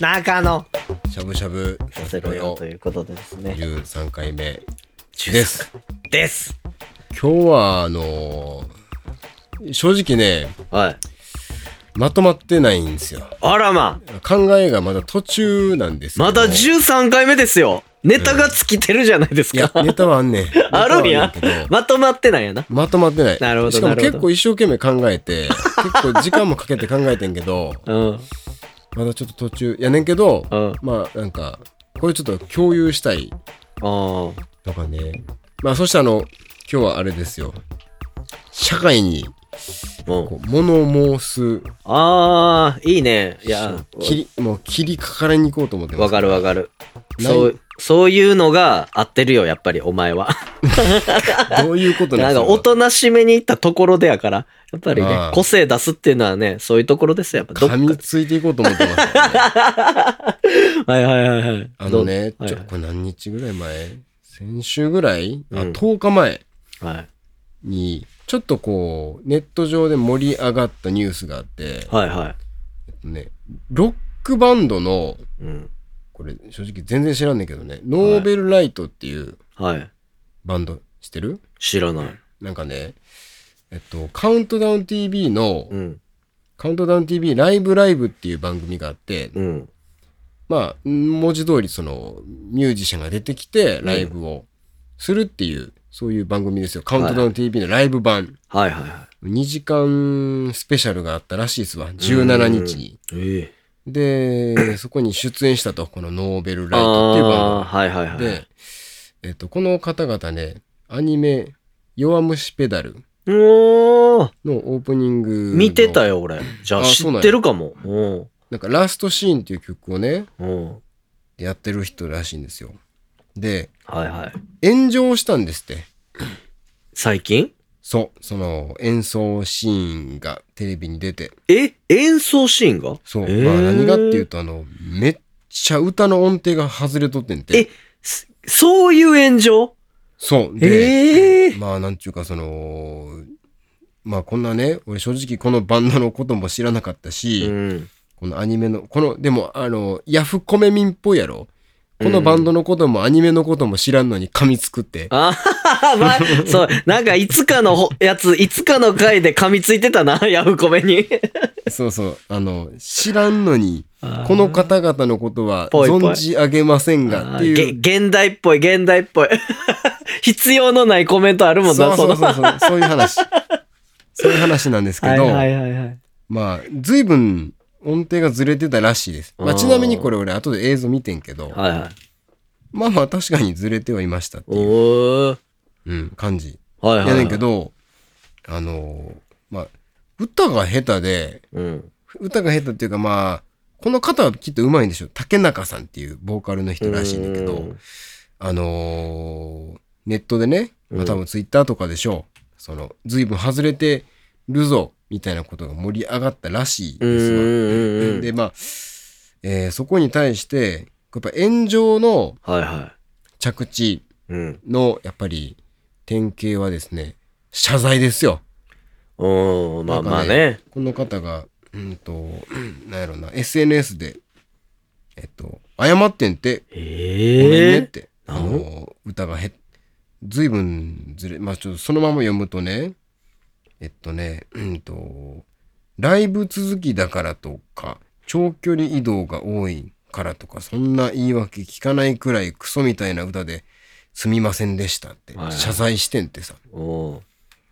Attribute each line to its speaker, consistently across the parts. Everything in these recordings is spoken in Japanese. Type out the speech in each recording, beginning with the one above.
Speaker 1: 中野
Speaker 2: しゃぶしゃぶ
Speaker 1: させろよということでですね。
Speaker 2: 13回目です。
Speaker 1: です
Speaker 2: 今日は、あのー正直ね、
Speaker 1: はい。
Speaker 2: まとまってないんですよ。
Speaker 1: あらま
Speaker 2: 考えがまだ途中なんですけど
Speaker 1: まだ13回目ですよネタが尽きてるじゃないです
Speaker 2: いや
Speaker 1: か、。
Speaker 2: ネタはあんねん。
Speaker 1: あるんや
Speaker 2: ネタはあんねんけど。
Speaker 1: まとまってないやな。
Speaker 2: まとまってない。
Speaker 1: なるほど
Speaker 2: しか
Speaker 1: な
Speaker 2: も
Speaker 1: るほど
Speaker 2: 結構一生懸命考えて、結構時間もかけて考えてんけど、
Speaker 1: うん。
Speaker 2: まだちょっと途中やねんけど、
Speaker 1: うん
Speaker 2: まあなんか、これちょっと共有したい
Speaker 1: あ
Speaker 2: とかね。まあそしてあの、今日はあれですよ。社会に
Speaker 1: あ。もう
Speaker 2: こう物を申す
Speaker 1: ああ、いいね。いや、
Speaker 2: 切り、もう切りかかれに行こうと思ってます。
Speaker 1: わかるわかる。
Speaker 2: ない
Speaker 1: そう、そういうのが合ってるよ、やっぱり、お前は。
Speaker 2: どういうこと
Speaker 1: なんか、お
Speaker 2: 音
Speaker 1: となしめに行ったところでやから、やっぱり
Speaker 2: あ
Speaker 1: ね
Speaker 2: あ、
Speaker 1: 個性出すっていうのはね、そういうところですよ、やっぱ。どっ
Speaker 2: 噛みついていこうと思って ます。
Speaker 1: はいはいはいはい。
Speaker 2: あのね、
Speaker 1: ど
Speaker 2: ちょ、
Speaker 1: はい
Speaker 2: これ何日ぐらい前先週ぐらい、あ、
Speaker 1: うん
Speaker 2: 10日前
Speaker 1: はい。
Speaker 2: に、ちょっとこう、ネット上で盛り上がったニュースがあって、
Speaker 1: はいはい。
Speaker 2: ね、ロックバンドの、
Speaker 1: うん。
Speaker 2: これ正直全然知らんねんけどね、ノーベルライトっていう
Speaker 1: はい。
Speaker 2: バンド知ってる
Speaker 1: 知らない。
Speaker 2: なんかね、えっと、カウントダウン TV の、
Speaker 1: うん。
Speaker 2: カウントダウン TV ライブライブっていう番組があって、
Speaker 1: うん。
Speaker 2: まあ、文字通りその、ミュージシャンが出てきて、ライブをするっていう、そういう番組ですよ。カウントダウン TV のライブ版。
Speaker 1: はいはいは
Speaker 2: 2時間スペシャルがあったらしいですわ。17日に。
Speaker 1: い。ええ。
Speaker 2: で、そこに出演したと、このノーベルライトっていう
Speaker 1: ああー、
Speaker 2: 番
Speaker 1: はいはいは
Speaker 2: 組
Speaker 1: い。
Speaker 2: で、えっと、この方々ね、アニメ、弱虫ペダル
Speaker 1: おー
Speaker 2: のオープニング。
Speaker 1: 見てた。よ、俺。じゃあ
Speaker 2: あ
Speaker 1: 知
Speaker 2: そうなんや
Speaker 1: ってるかも。うん。
Speaker 2: なんか、ラストシーンっていう曲をね、
Speaker 1: うん。
Speaker 2: やってる人らしいんですよ。で、
Speaker 1: はいはい。
Speaker 2: 炎上したんですって。
Speaker 1: 最近
Speaker 2: そう、その演奏シーンがテレビに出て、
Speaker 1: え演奏シーンが
Speaker 2: そう、
Speaker 1: えー
Speaker 2: まあ何がっていうと、あの、めっちゃ歌の音程が外れとってんて。
Speaker 1: えすそういう炎上
Speaker 2: そう、で、
Speaker 1: ええ
Speaker 2: まあなんちゅうかその、まあこんなね、俺正直このバンドのことも知らなかったし、
Speaker 1: うん。
Speaker 2: このアニメの、この、でもあの、ヤフコメ民っぽいやろこ
Speaker 1: う
Speaker 2: の
Speaker 1: ん
Speaker 2: バンドのこともアニメのことも知らんのに噛みつくって。
Speaker 1: あは は、まあ、そう、なんかいつかのほやつ、いつかの回で噛みついてたな、 ヤフコメに。
Speaker 2: そうそう、あの、知らんのに、こ
Speaker 1: こ
Speaker 2: の方々のことは
Speaker 1: ぽいぽい
Speaker 2: 存じ上げませんがっていう。
Speaker 1: げ現代っぽい、現代っぽい。 必要のないコメントあるもん
Speaker 2: そ
Speaker 1: な、
Speaker 2: うそ
Speaker 1: の
Speaker 2: うそうそう、そういう話。そういう話なんですけ
Speaker 1: はい
Speaker 2: ど、
Speaker 1: はいはいはい。
Speaker 2: まあ、随分音程がずれてたらしいです。ま
Speaker 1: あ
Speaker 2: あ、
Speaker 1: ー
Speaker 2: ちなみにこれ俺後で映像見てんけど、
Speaker 1: はいはい。
Speaker 2: まあまあ確かにずれてはいましたっていう、
Speaker 1: おー。
Speaker 2: うん、感じ。
Speaker 1: はいはい、はい。
Speaker 2: やねんけ。ど、あのーまあ、歌が下手で、
Speaker 1: うん。
Speaker 2: 歌が下手っていうかまあ、この方はきっと上手いんでしょう。竹中さんっていうボーカルの人らしいんだけ
Speaker 1: う
Speaker 2: ど
Speaker 1: ん、
Speaker 2: あのーネットでね、ま
Speaker 1: う
Speaker 2: あ、
Speaker 1: ん
Speaker 2: 多分ツイッターとかでしょう、その、随分外れてるぞ、みたいなことが盛り上がったらしい
Speaker 1: うん
Speaker 2: ですわ。
Speaker 1: うんうん。
Speaker 2: で、まあ、えーそこに対して、やっぱ炎上の
Speaker 1: はいは
Speaker 2: 着地
Speaker 1: い。うん。
Speaker 2: の、やっぱり、典型はですね、謝罪ですよ。
Speaker 1: おー、まあまあ
Speaker 2: なんか
Speaker 1: ね。
Speaker 2: この方が、うんと、うんなんやろな、SNS で、えっと、謝ってんて、
Speaker 1: え
Speaker 2: ごめん
Speaker 1: え
Speaker 2: ねって、
Speaker 1: な
Speaker 2: あ
Speaker 1: ん
Speaker 2: の歌がへずいぶんずれまあちょっとそのまま読むとねえっとねうんとライブ続きだからとか長距離移動が多いからとかそんな言い訳聞かないくらいクソみたいな歌ですみませんでしたって
Speaker 1: はいはい
Speaker 2: 謝罪してんってさ
Speaker 1: おー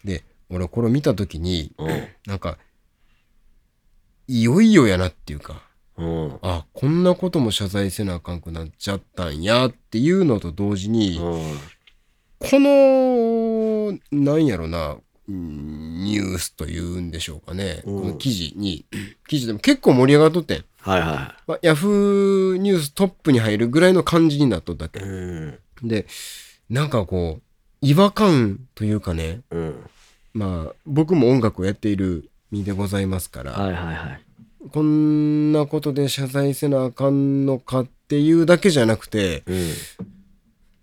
Speaker 2: で俺これを見た時に
Speaker 1: おー
Speaker 2: なんかいよいよやなっていうか
Speaker 1: おー
Speaker 2: あこんなことも謝罪せなあかんくなっちゃったんやっていうのと同時に、
Speaker 1: おー
Speaker 2: この、なんやろな、うんニュースというんでしょうかね。
Speaker 1: うん
Speaker 2: この記事に、 記事でも結構盛り上がっとってん。
Speaker 1: はいは
Speaker 2: まあ、ヤフーニューストップに入るぐらいの感じになっとったっ
Speaker 1: い。
Speaker 2: け。
Speaker 1: うん。
Speaker 2: で、なんかこう、違和感というかね、
Speaker 1: うん。
Speaker 2: まあ、僕も音楽をやっている身でございますから、
Speaker 1: はいはいはい。
Speaker 2: こんなことで謝罪せなあかんのかっていうだけじゃなくて、
Speaker 1: うん。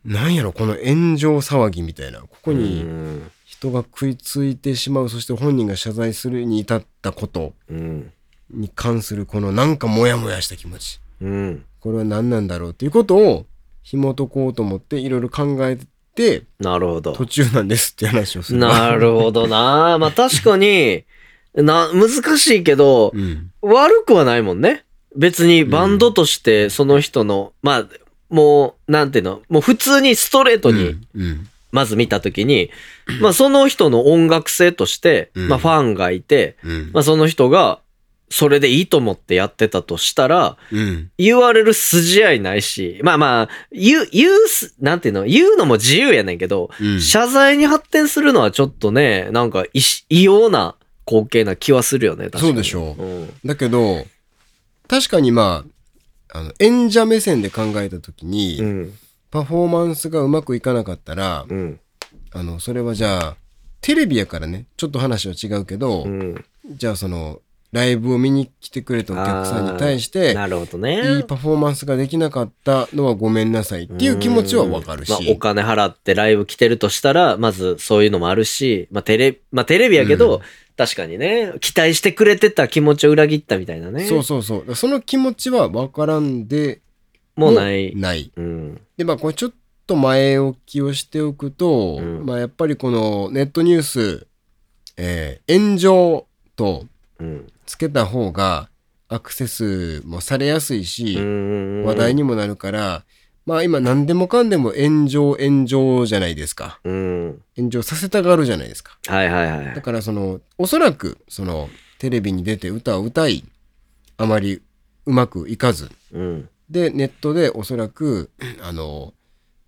Speaker 2: なんやろ、この炎上騒ぎみたいな、ここに、
Speaker 1: うん。
Speaker 2: 人が食いついてしまうそして本人が謝罪するに至ったこと
Speaker 1: うん。
Speaker 2: に関するこのなんかモヤモヤした気持ち
Speaker 1: うん。
Speaker 2: これは何なんだろうっていうことを紐解こうと思っていろいろ考えて
Speaker 1: なるほど
Speaker 2: 途。中なんですって話をする。
Speaker 1: なるほどな。 まあ確かに、な、難しいけど、
Speaker 2: うん。
Speaker 1: 悪くはないもんね。別にバンドとしてその人の、まあ、もう、なんていうの、もう普通にストレートに、
Speaker 2: うん。
Speaker 1: まず見たときに、まあその人の音楽性として、
Speaker 2: うん
Speaker 1: まあファンがいて、
Speaker 2: うん。
Speaker 1: まあその人が、それでいいと思ってやってたとしたら、
Speaker 2: うん。
Speaker 1: 言われる筋合いないし、まあまあ、言う、言うす、なんていうの、言うのも自由やねんけど、
Speaker 2: うん
Speaker 1: 謝罪に発展するのはちょっとね、なんか異し異様な光景な気はするよね、確かに。
Speaker 2: そうでしょうんだけど、確かにまあ、あの、演者目線で考えたときに、
Speaker 1: うん。
Speaker 2: パフォーマンスがうまくいかなかったら、
Speaker 1: うん。
Speaker 2: あの、それはじゃあ、テレビやからね、ちょっと話は違うけど、
Speaker 1: うん。
Speaker 2: じゃあその、ライブを見に来てくれたお客さんに対して、
Speaker 1: なるほどね。
Speaker 2: いいパフォーマンスができなかったのはごめんなさいっていう気持ちはわかるし、
Speaker 1: まあ、お金払ってライブ来てるとしたら、まずそういうのもあるし、まあテレ、まあテレビやけど、
Speaker 2: うん
Speaker 1: 確かにね、期待してくれてた気持ちを裏切ったみたいなね。
Speaker 2: そうそうそう。その気持ちはわからんで
Speaker 1: もうない。
Speaker 2: ない。
Speaker 1: うん。
Speaker 2: で、まあこれちょっと前置きをしておくと、
Speaker 1: うん
Speaker 2: まあやっぱりこのネットニュース、えー炎上と
Speaker 1: うん。
Speaker 2: つけた方がアクセスもされやすいし、
Speaker 1: うん
Speaker 2: 話題。にもなるから、まあ今何でもかんでも炎上炎上じゃないですか。
Speaker 1: うん。
Speaker 2: 炎上させたがるじゃないですか。
Speaker 1: はいはいは
Speaker 2: だ
Speaker 1: い。
Speaker 2: からその、おそらく、その、テレビに出て歌を歌い、あまりうまくいかず。
Speaker 1: うん。
Speaker 2: で、ネットでおそらく、あの、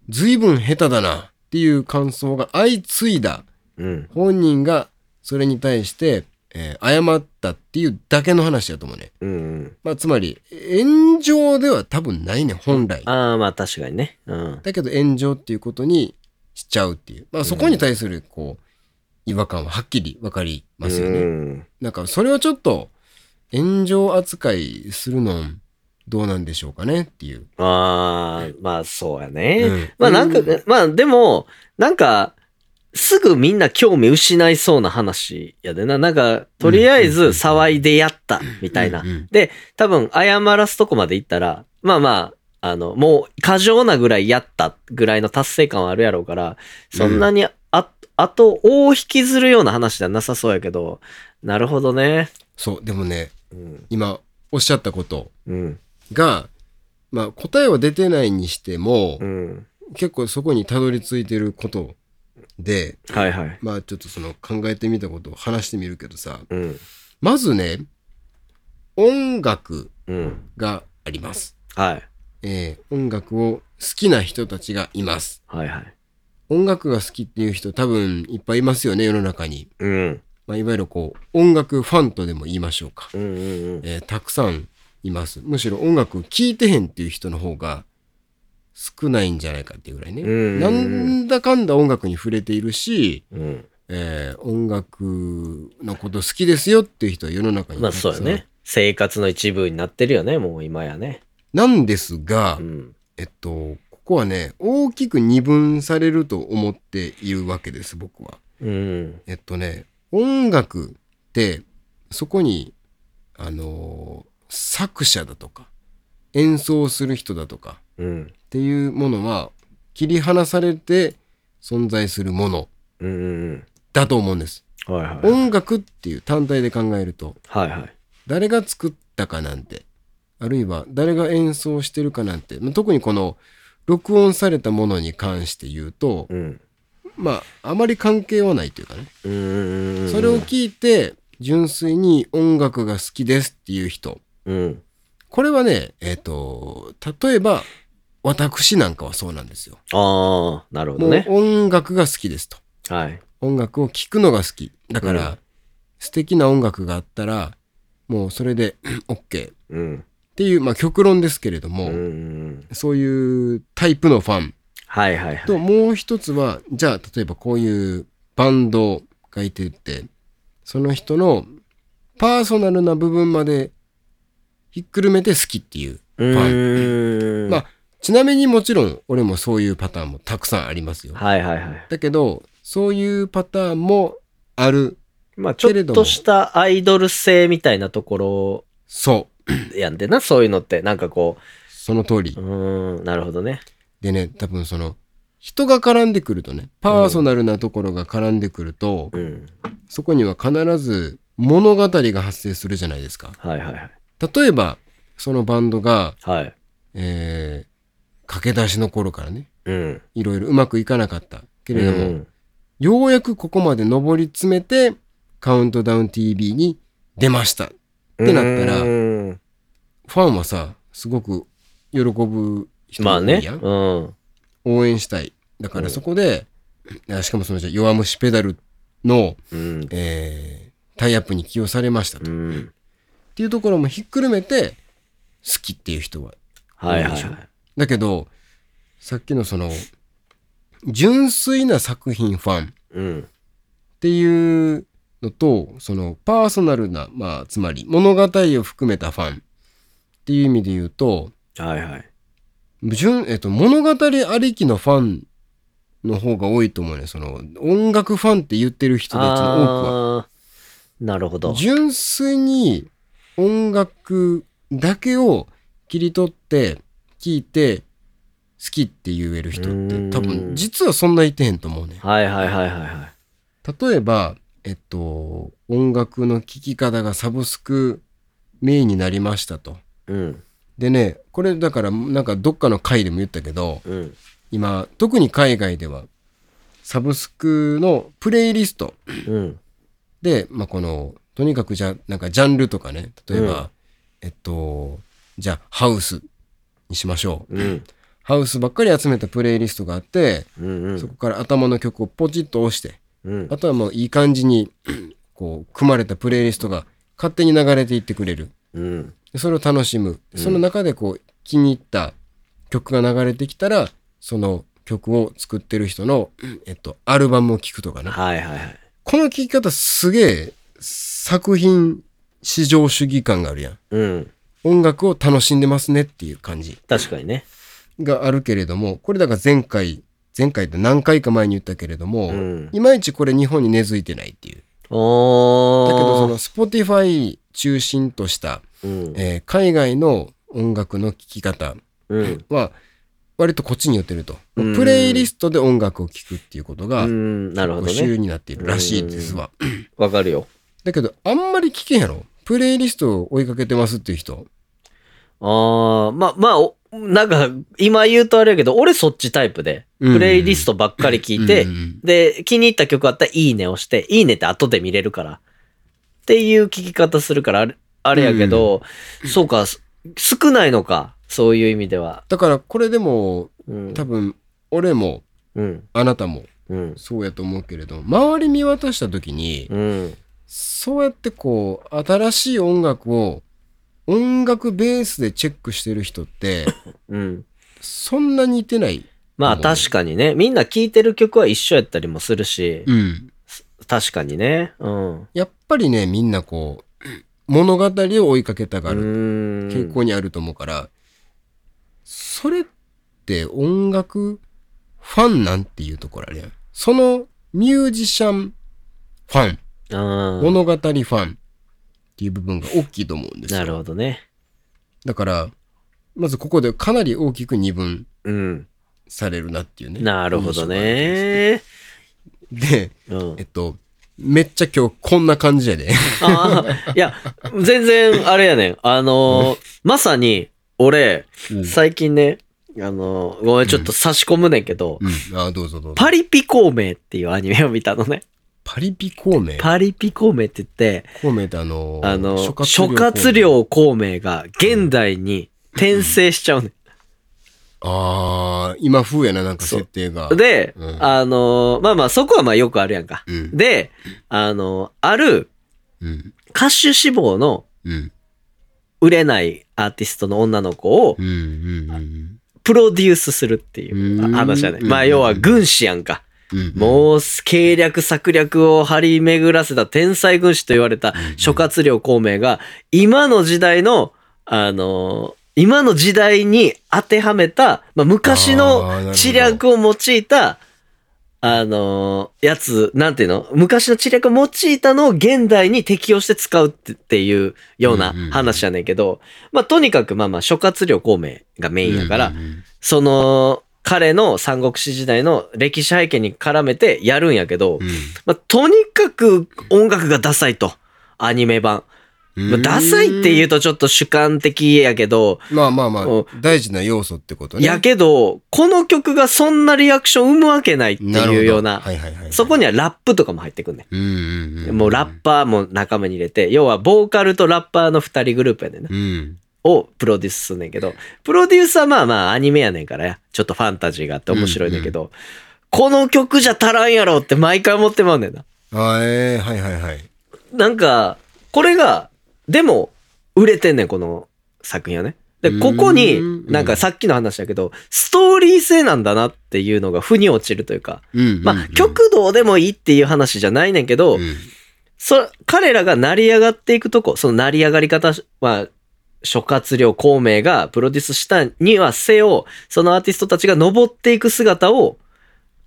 Speaker 2: 随分下手だなっていう感想が相次いだ
Speaker 1: うん。
Speaker 2: 本人がそれに対して、えー謝ったっていうだけの話だと思うね。
Speaker 1: うんうん。
Speaker 2: まあ、つまり、炎上では多分ないね、本来。
Speaker 1: ああ、まあ確かにね。うん。
Speaker 2: だけど炎上っていうことにしちゃうっていう。まあそこに対するこう、違和感ははっきりわかりますよね。
Speaker 1: うん
Speaker 2: なんかそれはちょっと炎上扱いするのどうなんでしょうかねっていう。
Speaker 1: ああ、まあそうやね。
Speaker 2: うん
Speaker 1: まあなんか、
Speaker 2: うん
Speaker 1: まあでも、なんか、すぐみんな興味失いそうな話やでな。なんか、とりあえず騒いでやった、みたいな
Speaker 2: うんうん。
Speaker 1: で、多分謝らすとこまで行ったら、まあまあ、あの、もう過剰なぐらいやったぐらいの達成感はあるやろうから、そんなにあ、あと、大引きずるような話じゃなさそうやけど、なるほどね。
Speaker 2: そう、でもね、
Speaker 1: うん。
Speaker 2: 今おっしゃったこと
Speaker 1: うん。
Speaker 2: が、まあ答えは出てないにしても、
Speaker 1: うん。
Speaker 2: 結構そこにたどり着いてることで、
Speaker 1: はいはい。
Speaker 2: まあちょっとその考えてみたことを話してみるけどさ、
Speaker 1: うん。
Speaker 2: まずね、音楽
Speaker 1: うん。
Speaker 2: があります。
Speaker 1: はい。
Speaker 2: えー音楽を好きな人たちがいます。
Speaker 1: はいはい。
Speaker 2: 音楽が好きっていう人多分いっぱいいますよね、世の中に。
Speaker 1: うん。
Speaker 2: まあ、いわゆるこう、音楽ファンとでも言いましょうか。
Speaker 1: うんうんうん。
Speaker 2: えーたくさんいます。むしろ音楽聴いてへんっていう人の方が少ないんじゃないかっていうぐらいね。
Speaker 1: うん
Speaker 2: なんだかんだ音楽に触れているし、
Speaker 1: うん。
Speaker 2: えー音楽のこと好きですよっていう人は世の中に
Speaker 1: まあ
Speaker 2: たくさ
Speaker 1: そ
Speaker 2: ん
Speaker 1: うよね。生活の一部になってるよね、もう今やね。
Speaker 2: なんですが、
Speaker 1: うん。
Speaker 2: えっと、ここはね、大きく二分されると思っているわけです、僕は。
Speaker 1: うん。
Speaker 2: えっとね、音楽って、そこに、あのー作者だとか、演奏する人だとか
Speaker 1: うん。
Speaker 2: っていうものは、切り離されて存在するもの
Speaker 1: うんうん
Speaker 2: だと思うんです。
Speaker 1: うん。はいはい。
Speaker 2: 音楽っていう単体で考えると、
Speaker 1: はいはい。
Speaker 2: 誰が作ったかなんて、あるいは誰が演奏してるかなんて、まあ特にこの、録音されたものに関して言うと、
Speaker 1: うん。
Speaker 2: まあ、あまり関係はないというかね。
Speaker 1: うんうんうん。
Speaker 2: それを聞いて純粋に音楽が好きですっていう人
Speaker 1: うん。
Speaker 2: これはねえっ、と例えば私なんかはそうなんですよ。
Speaker 1: ああ、なるほ
Speaker 2: も
Speaker 1: ど
Speaker 2: う
Speaker 1: ね。
Speaker 2: 音楽が好きですと
Speaker 1: はい。
Speaker 2: 音楽を聴くのが好きだか
Speaker 1: う
Speaker 2: ら素敵な音楽があったらもうそれで OK っ
Speaker 1: うん。
Speaker 2: ていう、まあ、極論ですけれども、
Speaker 1: うんうんうん。
Speaker 2: そういうタイプのファン
Speaker 1: はいはいはい。
Speaker 2: ともう一つはじゃあ例えばこういうバンドがいてってその人のパーソナルな部分までひっくるめて好きっていう
Speaker 1: う
Speaker 2: ファン
Speaker 1: ーん。
Speaker 2: まあちなみにもちろん俺もそういうパターンもたくさんありますよ
Speaker 1: はいはいはい。
Speaker 2: だけどそういうパターンもある
Speaker 1: まあちょっとしたアイドル性みたいなところ
Speaker 2: そ
Speaker 1: やんでな、そういうのって。なんかこ
Speaker 2: その通り
Speaker 1: う、う。ーん、なるほどね。
Speaker 2: でね、多分その、人が絡んでくるとね、パーソナルなところが絡んでくると、
Speaker 1: うん。
Speaker 2: そこには必ず物語が発生するじゃないですか。
Speaker 1: はいはいはい。
Speaker 2: 例えば、そのバンドが、
Speaker 1: はい。
Speaker 2: えー駆け出しの頃からね、
Speaker 1: うん。
Speaker 2: いろいろうまくいかなかったけ
Speaker 1: う
Speaker 2: れども、
Speaker 1: ん。
Speaker 2: ようやくここまで上り詰めて、カウントダウン TV に出ました。
Speaker 1: って
Speaker 2: なったら
Speaker 1: うん。
Speaker 2: ファンはさ、すごく喜ぶ人
Speaker 1: ま
Speaker 2: が
Speaker 1: あ
Speaker 2: 多い
Speaker 1: ね。
Speaker 2: やん、
Speaker 1: うん。
Speaker 2: 応援したい。だからそこで、あしかもそのじゃあ弱虫ペダルの、
Speaker 1: うん。
Speaker 2: えータイアップに起用されましたと、
Speaker 1: う
Speaker 2: っ
Speaker 1: ん。
Speaker 2: ていうところもひっくるめて、好きっていう人は。
Speaker 1: はいはい
Speaker 2: どうでしょ
Speaker 1: はい。
Speaker 2: だけど、さっきのその、純粋な作品ファンっ
Speaker 1: うん。
Speaker 2: ていうのと、そのパーソナルな、まあ、つまり物語を含めたファンっていう意味で言うと、
Speaker 1: はいはい。
Speaker 2: 純、えっと、物語ありきのファンの方が多いと思うね。その、音楽ファンって言ってる人たちの多くは。
Speaker 1: あーなるほど。
Speaker 2: 純粋に音楽だけを切り取って、聞いて、好きって言える人
Speaker 1: う
Speaker 2: っ
Speaker 1: ー
Speaker 2: て、
Speaker 1: ん
Speaker 2: 多分、実はそんないてへんと思うね。
Speaker 1: はいはいはいはいはい。
Speaker 2: 例えば、えっと、音楽の聴き方がサブスクメインになりましたと。
Speaker 1: うん。
Speaker 2: でね、これだから、なんかどっかの回でも言ったけど、
Speaker 1: うん。
Speaker 2: 今特に海外ではサブスクのプレイリスト
Speaker 1: うん。
Speaker 2: で、まあ、このとにかくじゃなんかジャンルとかね例えば、
Speaker 1: うん
Speaker 2: えっとじゃあハウスにしましょう、
Speaker 1: うん。
Speaker 2: ハウスばっかり集めたプレイリストがあって、
Speaker 1: うん。うん
Speaker 2: そこから頭の曲をポチッと押して
Speaker 1: うん
Speaker 2: あ。とはもういい感じに こう組まれたプレイリストが勝手に流れていってくれる
Speaker 1: うん。
Speaker 2: でそれを楽しむその中でこう気に入った曲が流れてきたらその曲を作ってる人の、えっと、アルバムを聴くとかね
Speaker 1: はいはいはい。
Speaker 2: この聴き方すげえ作品至上主義感があるやん
Speaker 1: うん。
Speaker 2: 音楽を楽しんでますねっていう感じ
Speaker 1: 確かにね。
Speaker 2: があるけれどもこれだから前回前回って何回か前に言ったけれども、
Speaker 1: うん
Speaker 2: いまいちこれ日本に根付いてないっていう
Speaker 1: お
Speaker 2: だ
Speaker 1: ー。
Speaker 2: けどその Spotify 中心とした、
Speaker 1: うん。
Speaker 2: えー海外の音楽の聴き方
Speaker 1: うん。
Speaker 2: は割とこっちに寄ってると、
Speaker 1: うん
Speaker 2: プレイリストで音楽を聴くっていうことが
Speaker 1: うん。なるほど
Speaker 2: 主流
Speaker 1: ね。
Speaker 2: になっているらしいですわ、
Speaker 1: わかるよ。
Speaker 2: だけどあんまり聞けんやろプレイリストを追いかけてますっていう人
Speaker 1: ああ、まあまあお、なんか、今言うとあれやけど、俺そっちタイプで、
Speaker 2: うん
Speaker 1: プレイリストばっかり聞いて、
Speaker 2: うんうん
Speaker 1: で、気に入った曲あったらいいね押して、いいねって後で見れるから、っていう聞き方するから、あれあれやけど、そうか、す少ないのか、そういう意味では。
Speaker 2: だからこれでも
Speaker 1: うん。
Speaker 2: 多分俺も
Speaker 1: うん。
Speaker 2: あなたも
Speaker 1: うん。
Speaker 2: そうやと思うけれど周り見渡した時に
Speaker 1: うん。
Speaker 2: そうやってこう新しい音楽を音楽ベースでチェックしてる人って
Speaker 1: うん。
Speaker 2: そんなにいてない、
Speaker 1: まあ
Speaker 2: うん
Speaker 1: 確かにね、みんな聴いてる曲は一緒やったりもするし、
Speaker 2: うん、
Speaker 1: 確かにね。うん。う
Speaker 2: やっぱりねみんなこう物語を追いかけたがる
Speaker 1: ーん。
Speaker 2: 傾向にあると思うから、それって音楽ファンなんていうところあるやん。そのミュージシャンファン、
Speaker 1: うん。
Speaker 2: 物語ファンっていう部分が大きいと思うんです
Speaker 1: な
Speaker 2: よ。
Speaker 1: るほどね。
Speaker 2: だから、まずここでかなり大きく二分
Speaker 1: うん。
Speaker 2: されるなっていうね。
Speaker 1: なるほどね。
Speaker 2: 印象があるんです。で、
Speaker 1: うん
Speaker 2: えっ、と、めっちゃ今日こんな感じや で。
Speaker 1: ああ、いや、全然あれやねん。あのーまさに、俺、最近ね、あのーごめん、ちょっと差し込むねんけど、
Speaker 2: うん、あどうぞどうぞ。
Speaker 1: パリピ孔明っていうアニメを見たのね。
Speaker 2: パリピ孔明。
Speaker 1: パリピ孔明って言って、
Speaker 2: 孔明ってあのー、
Speaker 1: あのー
Speaker 2: 諸
Speaker 1: 諸
Speaker 2: 葛亮孔明
Speaker 1: 葛亮孔明が現代に転生しちゃうねん。
Speaker 2: ああ、今風やな、なんか設定が。
Speaker 1: で、
Speaker 2: うん
Speaker 1: あのーまあまあ、そこはまあよくあるやんか。
Speaker 2: うん
Speaker 1: で、あのーある
Speaker 2: うん。
Speaker 1: 歌手志望の
Speaker 2: うん。
Speaker 1: 売れないアーティストの女の子を
Speaker 2: うん。うん。
Speaker 1: プロデュースするっていう
Speaker 2: うん
Speaker 1: 話だね。
Speaker 2: うん
Speaker 1: まあ要は軍師やんか。
Speaker 2: うん。
Speaker 1: もう計略策略を張り巡らせた天才軍師と言われた諸葛亮孔明が今の時代の、あのー今の時代に当てはめた、まあ、
Speaker 2: あ
Speaker 1: 昔
Speaker 2: ーなるほ
Speaker 1: の
Speaker 2: ど
Speaker 1: 知略を用いたあのーやつ、なんていうの昔の知略を用いたのを現代に適用して使うってっていうような
Speaker 2: うんうんうん
Speaker 1: 話やねんけど、まあ、とにかくまあまあ諸葛亮孔明がメインやから、
Speaker 2: うんうんうん
Speaker 1: その、彼の三国志時代の歴史背景に絡めてやるんやけど、まあ、とにかく音楽がダサいと。アニメ版。
Speaker 2: うん
Speaker 1: まあ、ダサいって言うとちょっと主観的やけど、
Speaker 2: まあまあまあ
Speaker 1: うん、
Speaker 2: 大事な要素ってことね。
Speaker 1: やけど、この曲がそんなリアクション生むわけないって
Speaker 2: なるほど
Speaker 1: いうような、
Speaker 2: はいはいはいはい
Speaker 1: そこにはラップとかも入ってくんね、
Speaker 2: うんうんうん
Speaker 1: ん。もうラッパーも仲間に入れて、要はボーカルとラッパーの二人グループやねんな。
Speaker 2: うん。
Speaker 1: をプロデュースすんねんけど、プロデュースはまあまあアニメやねんからや、ちょっとファンタジーがあって面白いねんけど、この曲じゃ足らんやろって毎回思ってまうねんな。
Speaker 2: あえーはいはいはい。
Speaker 1: なんか、これが、でも、売れてんねん、この作品はね。で、ここ
Speaker 2: う
Speaker 1: に、
Speaker 2: ん
Speaker 1: なんかさっきの話だけど、ストーリー性なんだなっていうのが腑に落ちるというか、
Speaker 2: うん
Speaker 1: まあ、極道でもいいっていう話じゃないねんけ
Speaker 2: う
Speaker 1: ど、
Speaker 2: ん
Speaker 1: そ彼らが成り上がっていくとこ、その成り上がり方は、諸葛亮孔明がプロデュースしたにはせよ、そのアーティストたちが登っていく姿を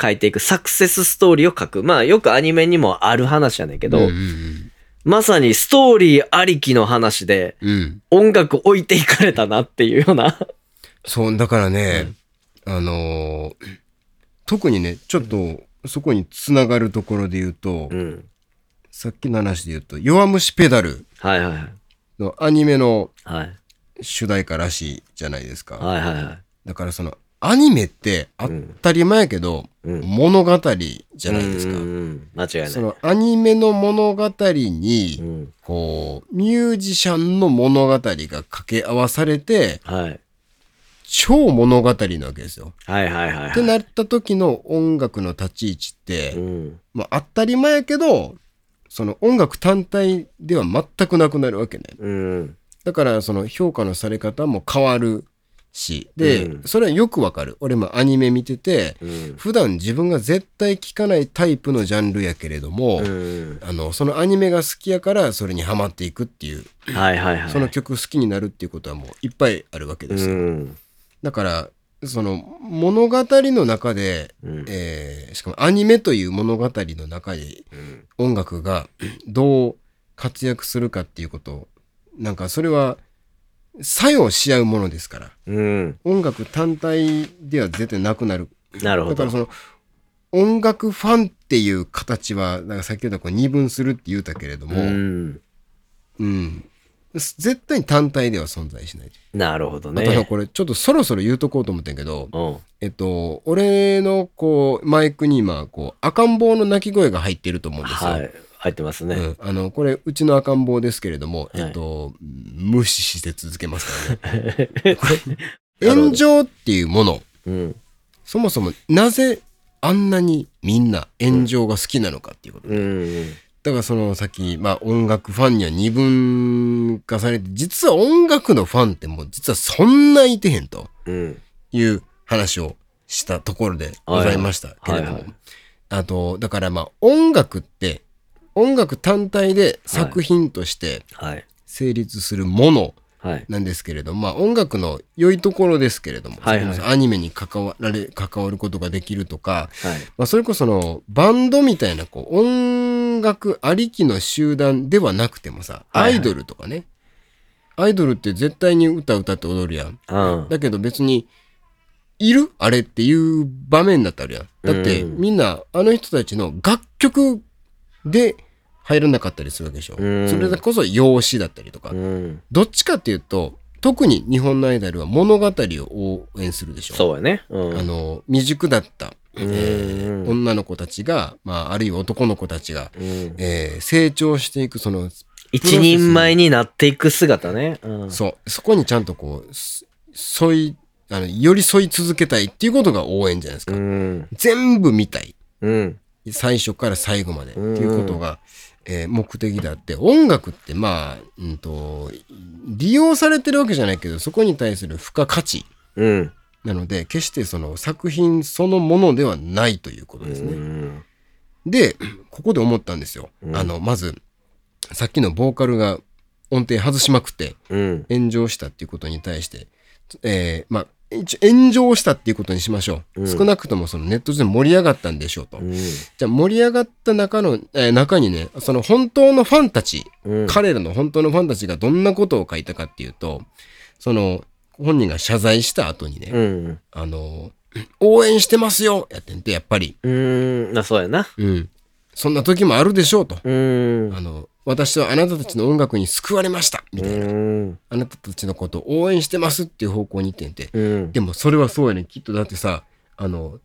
Speaker 1: 書いていく、サクセスストーリーを書く。まあ、よくアニメにもある話やねんけど、
Speaker 2: うんうん
Speaker 1: まさにストーリーありきの話で、
Speaker 2: うんうん
Speaker 1: 音楽置いていかれたなっていうような。
Speaker 2: そう、だからね、あのー特にね、ちょっと、そこにつながるところで 言うと、
Speaker 1: うん。
Speaker 2: さっきの話で言うと、弱虫ペダル
Speaker 1: はいはいはい。
Speaker 2: のアニメの
Speaker 1: はい
Speaker 2: 主題歌らしいじゃないですか。
Speaker 1: はいはいはい。
Speaker 2: だからその、アニメって当たり前やけど、
Speaker 1: うん。
Speaker 2: 物語じゃないです
Speaker 1: うんう
Speaker 2: か。
Speaker 1: んうん間違いない。
Speaker 2: そのアニメの物語
Speaker 1: う
Speaker 2: に、
Speaker 1: ん。
Speaker 2: こう、ミュージシャンの物語が掛け合わされて、
Speaker 1: はい。
Speaker 2: 超物語なわけですよ。
Speaker 1: はいはいはいはい。
Speaker 2: ってなった時の音楽の立ち位置っ
Speaker 1: う
Speaker 2: て、
Speaker 1: ん。
Speaker 2: まあ当たり前やけど、その音楽単体では全くなくなるわけね。
Speaker 1: うん。
Speaker 2: だからその評価のされ方も変わるし、で、
Speaker 1: うん
Speaker 2: それはよくわかる。俺もアニメ見てて、
Speaker 1: うん。
Speaker 2: 普段自分が絶対聴かないタイプのジャンルやけれども、
Speaker 1: うん。
Speaker 2: あの、そのアニメが好きやから、それにハマっていくっていう、
Speaker 1: はいはいはい。
Speaker 2: その曲好きになるっていうことはもういっぱいあるわけ
Speaker 1: う
Speaker 2: ですよ。
Speaker 1: ん。
Speaker 2: だから、その物語の中で、
Speaker 1: うん。
Speaker 2: えーしかもアニメという物語の中に
Speaker 1: うん
Speaker 2: 音楽が どう活躍するかっていうこと、なんかそれは作用し合うものですから、
Speaker 1: うん。
Speaker 2: 音楽単体では絶対なくなる。
Speaker 1: なるほ
Speaker 2: だから
Speaker 1: ど。
Speaker 2: その音楽ファンっていう形は、なんか先ほどこう二分するって言うたけれども、
Speaker 1: うん。
Speaker 2: うん。絶対に単体では存在しない。
Speaker 1: なるほど
Speaker 2: あとね
Speaker 1: ね。
Speaker 2: これちょっとそろそろ言うとこうと思ってんけど、
Speaker 1: うん。
Speaker 2: えっと、俺のこう、マイクに今、こう、赤ん坊の鳴き声が入ってると思うんですよ。
Speaker 1: はい。入ってます
Speaker 2: う
Speaker 1: ね。
Speaker 2: ん、あのこれうちの赤ん坊ですけれども、
Speaker 1: はい
Speaker 2: えっと、無視して続けますからね
Speaker 1: なるほど
Speaker 2: 炎上っていうもの
Speaker 1: うん。
Speaker 2: そもそもなぜあんなにみんな炎上が好きなのかっていうこと、
Speaker 1: うん。
Speaker 2: だからそのさっき、まあ、音楽ファンには二分化されて実は音楽のファンってもう実はそんないてへんと
Speaker 1: うん。
Speaker 2: いう話をしたところでございましたけれども、
Speaker 1: はいはい
Speaker 2: あとだからまあ音楽って音楽単体で作品として
Speaker 1: はい。
Speaker 2: 成立するもの
Speaker 1: はい。
Speaker 2: なんですけれども、まあ音楽の良いところですけれども、
Speaker 1: はいはい
Speaker 2: それこそアニメに関わられ関わることができるとか、
Speaker 1: はい。
Speaker 2: まあ、それこそそのバンドみたいなこう音楽ありきの集団ではなくてもさ
Speaker 1: はいは
Speaker 2: ア
Speaker 1: い
Speaker 2: イドルとかね、アイドルって絶対に歌歌って踊るやん
Speaker 1: うん。
Speaker 2: だけど別にいるあれっていう場面だったあるやんだって
Speaker 1: うん
Speaker 2: みんなあの人たちの楽曲で入らなかったりするわけでしょ、
Speaker 1: うん
Speaker 2: それこそ容姿だったりとか、
Speaker 1: うん。
Speaker 2: どっちかっていうと特に日本のアイドルは物語を応援するでしょ
Speaker 1: そうやね。う
Speaker 2: あ
Speaker 1: ん。
Speaker 2: の未熟だった、えー
Speaker 1: うん
Speaker 2: 女の子たちが、まあ、あるいは男の子たちが、
Speaker 1: うん
Speaker 2: えー成長していくその
Speaker 1: 一人前になっていく姿ね。うん。
Speaker 2: そうそこにちゃんとこうす添いあの寄り添い続けたいっていうことが応援じゃないですか、
Speaker 1: うん。
Speaker 2: 全部見たい
Speaker 1: うん。
Speaker 2: 最初から最後までっていうことが、えー目的であって音楽ってまあ、うん、と利用されてるわけじゃないけどそこに対する付加価値
Speaker 1: うん。
Speaker 2: なので決してその作品そのものではないということですね。
Speaker 1: うん
Speaker 2: で、ここで思ったんですよ。
Speaker 1: うん
Speaker 2: あの、まず、さっきのボーカルが音程外しまくって
Speaker 1: うん。
Speaker 2: 炎上したっていうことに対して、えーまあ、一応炎上したっていうことにしましょう。
Speaker 1: うん
Speaker 2: 少なくともそのネット上で盛り上がったんでしょうと。
Speaker 1: うん
Speaker 2: じゃあ盛り上がった中の、えー中にね、その本当のファンたち、
Speaker 1: うん
Speaker 2: 彼らの本当のファンたちがどんなことを書いたかっていうと、その、本人が謝罪した後にね、
Speaker 1: うん
Speaker 2: あの、応援してますよやってんて、やっぱり。
Speaker 1: うんなそうやな
Speaker 2: うん。そんな時もあるでしょうと。
Speaker 1: うん
Speaker 2: あの、私はあなたたちの音楽に救われましたみ
Speaker 1: う
Speaker 2: たいな。
Speaker 1: ん
Speaker 2: あなたたちのことを応援してますっていう方向に行ってんて。
Speaker 1: うん
Speaker 2: でもそれはそうやね。きっとだってさ、あの、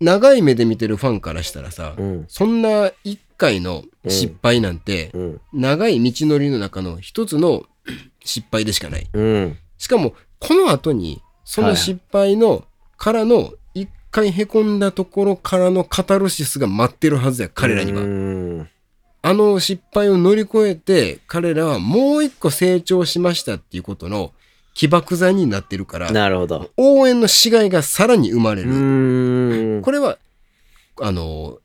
Speaker 2: 長い目で見てるファンからしたらさ、
Speaker 1: うん
Speaker 2: そんな一回の失敗なんて、
Speaker 1: うん
Speaker 2: 長い道のりの中の一つの失敗でしかない。
Speaker 1: うん
Speaker 2: しかも、この後に、その失敗の、からの、一回凹んだところからのカタルシスが待ってるはずや、彼らに
Speaker 1: う
Speaker 2: は。
Speaker 1: ん
Speaker 2: あの失敗を乗り越えて、彼らはもう一個成長しましたっていうことの起爆剤になってるから、
Speaker 1: なるほど
Speaker 2: 応援のしがいがさらに生まれ
Speaker 1: う
Speaker 2: る。
Speaker 1: ん
Speaker 2: これは、あの、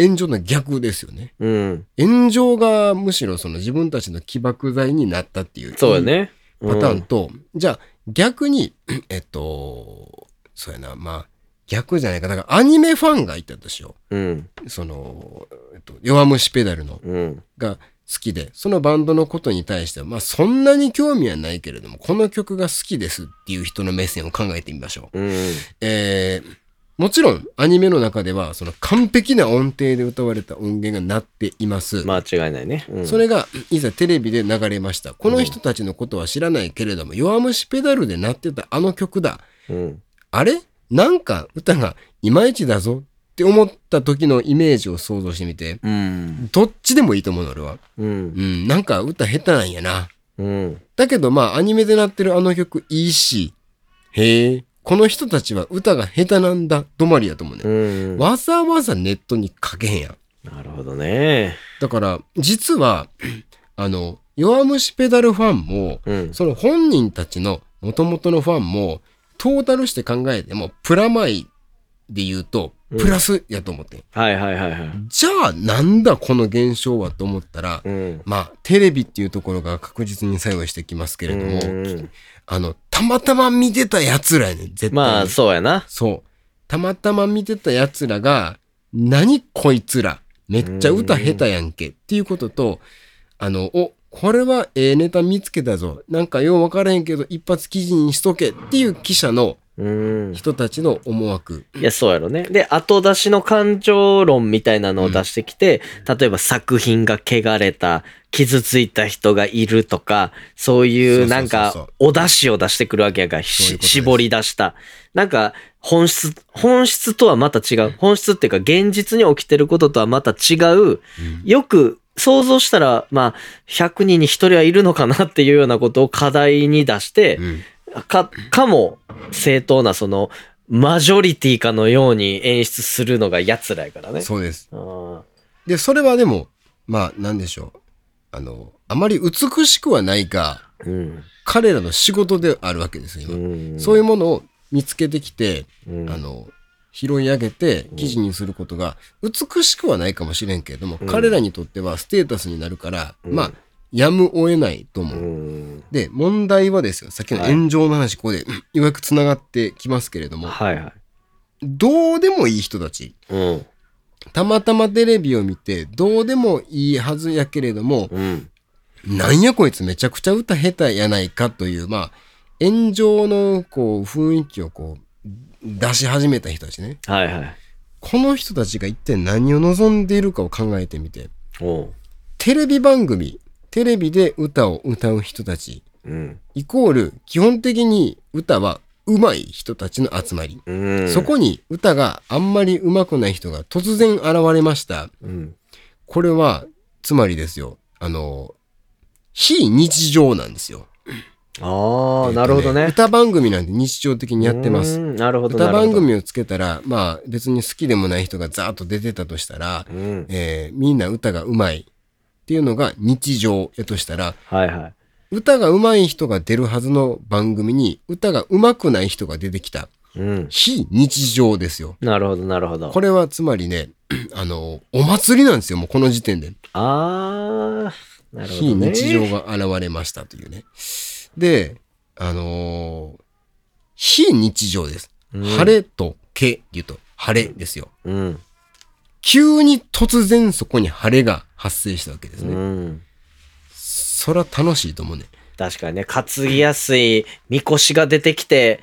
Speaker 2: 炎上の逆ですよね。
Speaker 1: うん
Speaker 2: 炎上がむしろその自分たちの起爆剤になったっていう。
Speaker 1: そうやね
Speaker 2: パターンと、じゃあ逆に、えっと、そうやな、まあ、逆じゃないか。だからアニメファンがいたとしよ
Speaker 1: うん
Speaker 2: う。その、えっと、弱虫ペダルの
Speaker 1: うん
Speaker 2: が好きで、そのバンドのことに対しては、まあそんなに興味はないけれども、この曲が好きですっていう人の目線を考えてみましょう。
Speaker 1: うん
Speaker 2: えーもちろんアニメの中では、その完璧な音程で歌われた音源が鳴っています。
Speaker 1: 間違いないねうん
Speaker 2: それがいざテレビで流れました。この人たちのことは知らないけれども、弱虫ペダルで鳴ってたあの曲だ。
Speaker 1: うん
Speaker 2: あれなんか歌がいまいちだぞって思った時のイメージを想像してみて、
Speaker 1: うん
Speaker 2: どっちでもいいと思うの俺は。
Speaker 1: うん
Speaker 2: うん、なんか歌下手なんやな。
Speaker 1: うん
Speaker 2: だけどまあアニメで鳴ってるあの曲いいし、へえ、この人たちは歌が下手なんだ、止まりやと思うね。
Speaker 1: うん
Speaker 2: わざわざネットに書けへんやん。
Speaker 1: なるほどね
Speaker 2: だから、実は、あの、弱虫ペダルファンも、
Speaker 1: うん
Speaker 2: その本人たちの元々のファンも、トータルして考えても、プラマイで言うと、
Speaker 1: うん
Speaker 2: プラスやと思ってん、
Speaker 1: はいはいはいはい
Speaker 2: じゃあ、なんだこの現象はと思ったら、
Speaker 1: うん
Speaker 2: まあ、テレビっていうところが確実に作用してきますけれども、
Speaker 1: うん
Speaker 2: あの、たまたま見てた奴らやねん、絶対に。
Speaker 1: まあそうやな
Speaker 2: そう。たまたま見てた奴らが、何こいつら、めっちゃ歌下手やんけっていうことと、あの、お、これはええネタ見つけたぞ。なんかよう分からへんけど、一発記事にしとけっていう記者の
Speaker 1: うん
Speaker 2: 人たちの思惑。
Speaker 1: いや、そうやろね。で、後出しの感情論みたいなのを出してきて、例えば作品が汚れた、傷ついた人がいるとか、そうい
Speaker 2: そうそうそう
Speaker 1: う
Speaker 2: そう
Speaker 1: なんか、お出汁を出してくるわけやから、
Speaker 2: そういう
Speaker 1: し
Speaker 2: ことです
Speaker 1: 絞り出した。なんか、本質、本質とはまた違う。本質っていうか、現実に起きてることとはまた違う。よく、想像したら、まあ、100人に1人はいるのかなっていうようなことを課題に出して、
Speaker 2: うん
Speaker 1: か、かも正当なその、マジョリティかのように演出するのが奴らやからね。
Speaker 2: そうです。
Speaker 1: あ
Speaker 2: で、それはでも、まあ、なんでしょう。あの、あまり美しくはないが、
Speaker 1: ーうん。
Speaker 2: 彼らの仕事であるわけですよ、今。
Speaker 1: ん
Speaker 2: そういうものを見つけてきて、
Speaker 1: うん
Speaker 2: あの、拾い上げて記事にすることが美しくはないかもしれんけれども、
Speaker 1: うん
Speaker 2: 彼らにとってはステータスになるから、
Speaker 1: うん
Speaker 2: まあ、やむを得ないと思
Speaker 1: う
Speaker 2: う。
Speaker 1: ん。
Speaker 2: で、問題はですよ、さっきの炎上の話、ここで、うんようやく繋がってきますけれども、
Speaker 1: はいはい。
Speaker 2: どうでもいい人たち、
Speaker 1: うん。
Speaker 2: たまたまテレビを見て、どうでもいいはずやけれども、
Speaker 1: うん。
Speaker 2: なんやこいつめちゃくちゃ歌下手やないかという、まあ、炎上のこう雰囲気をこう出し始めた人たちね。
Speaker 1: はいはい。
Speaker 2: この人たちが一体何を望んでいるかを考えてみて、
Speaker 1: おう。
Speaker 2: テレビ番組、テレビで歌を歌う人たち、
Speaker 1: うん。
Speaker 2: イコール基本的に歌は上手い人たちの集まり。
Speaker 1: うん。
Speaker 2: そこに歌があんまり上手くない人が突然現れました。
Speaker 1: うん。
Speaker 2: これは、つまりですよ、あの、非日常なんですよ。え
Speaker 1: ああ、
Speaker 2: っと
Speaker 1: なるほどね。
Speaker 2: 歌番組なんて日常的にやってます
Speaker 1: う。ん。なるほど。
Speaker 2: 歌番
Speaker 1: なる
Speaker 2: 組をつけたら、まあ別に好きでもない人がザーッと出てたとしたら、
Speaker 1: ほど。うん。
Speaker 2: えーみんな歌がうまいっていうのが日常やとしたら、
Speaker 1: はいはい。
Speaker 2: 歌がうまい人が出るはずの番組に歌がうまくない人が出てきた。
Speaker 1: うん。
Speaker 2: 非日常ですよ。
Speaker 1: なるほど、なるほど。
Speaker 2: これはつまりね、 あの、お祭りなんですよ、もうこの時点で。
Speaker 1: ああ、なるほ
Speaker 2: 非
Speaker 1: ど、ね。
Speaker 2: 日常が現れましたというね。で、あのー非日常です。
Speaker 1: うん
Speaker 2: 晴れとけって言うと晴れですよ。
Speaker 1: うん。
Speaker 2: 急に突然そこに晴れが発生したわけです
Speaker 1: う
Speaker 2: ね。
Speaker 1: ん。
Speaker 2: そら楽しいと思うね。
Speaker 1: 確かにね、担ぎやすい、みこしが出てきて、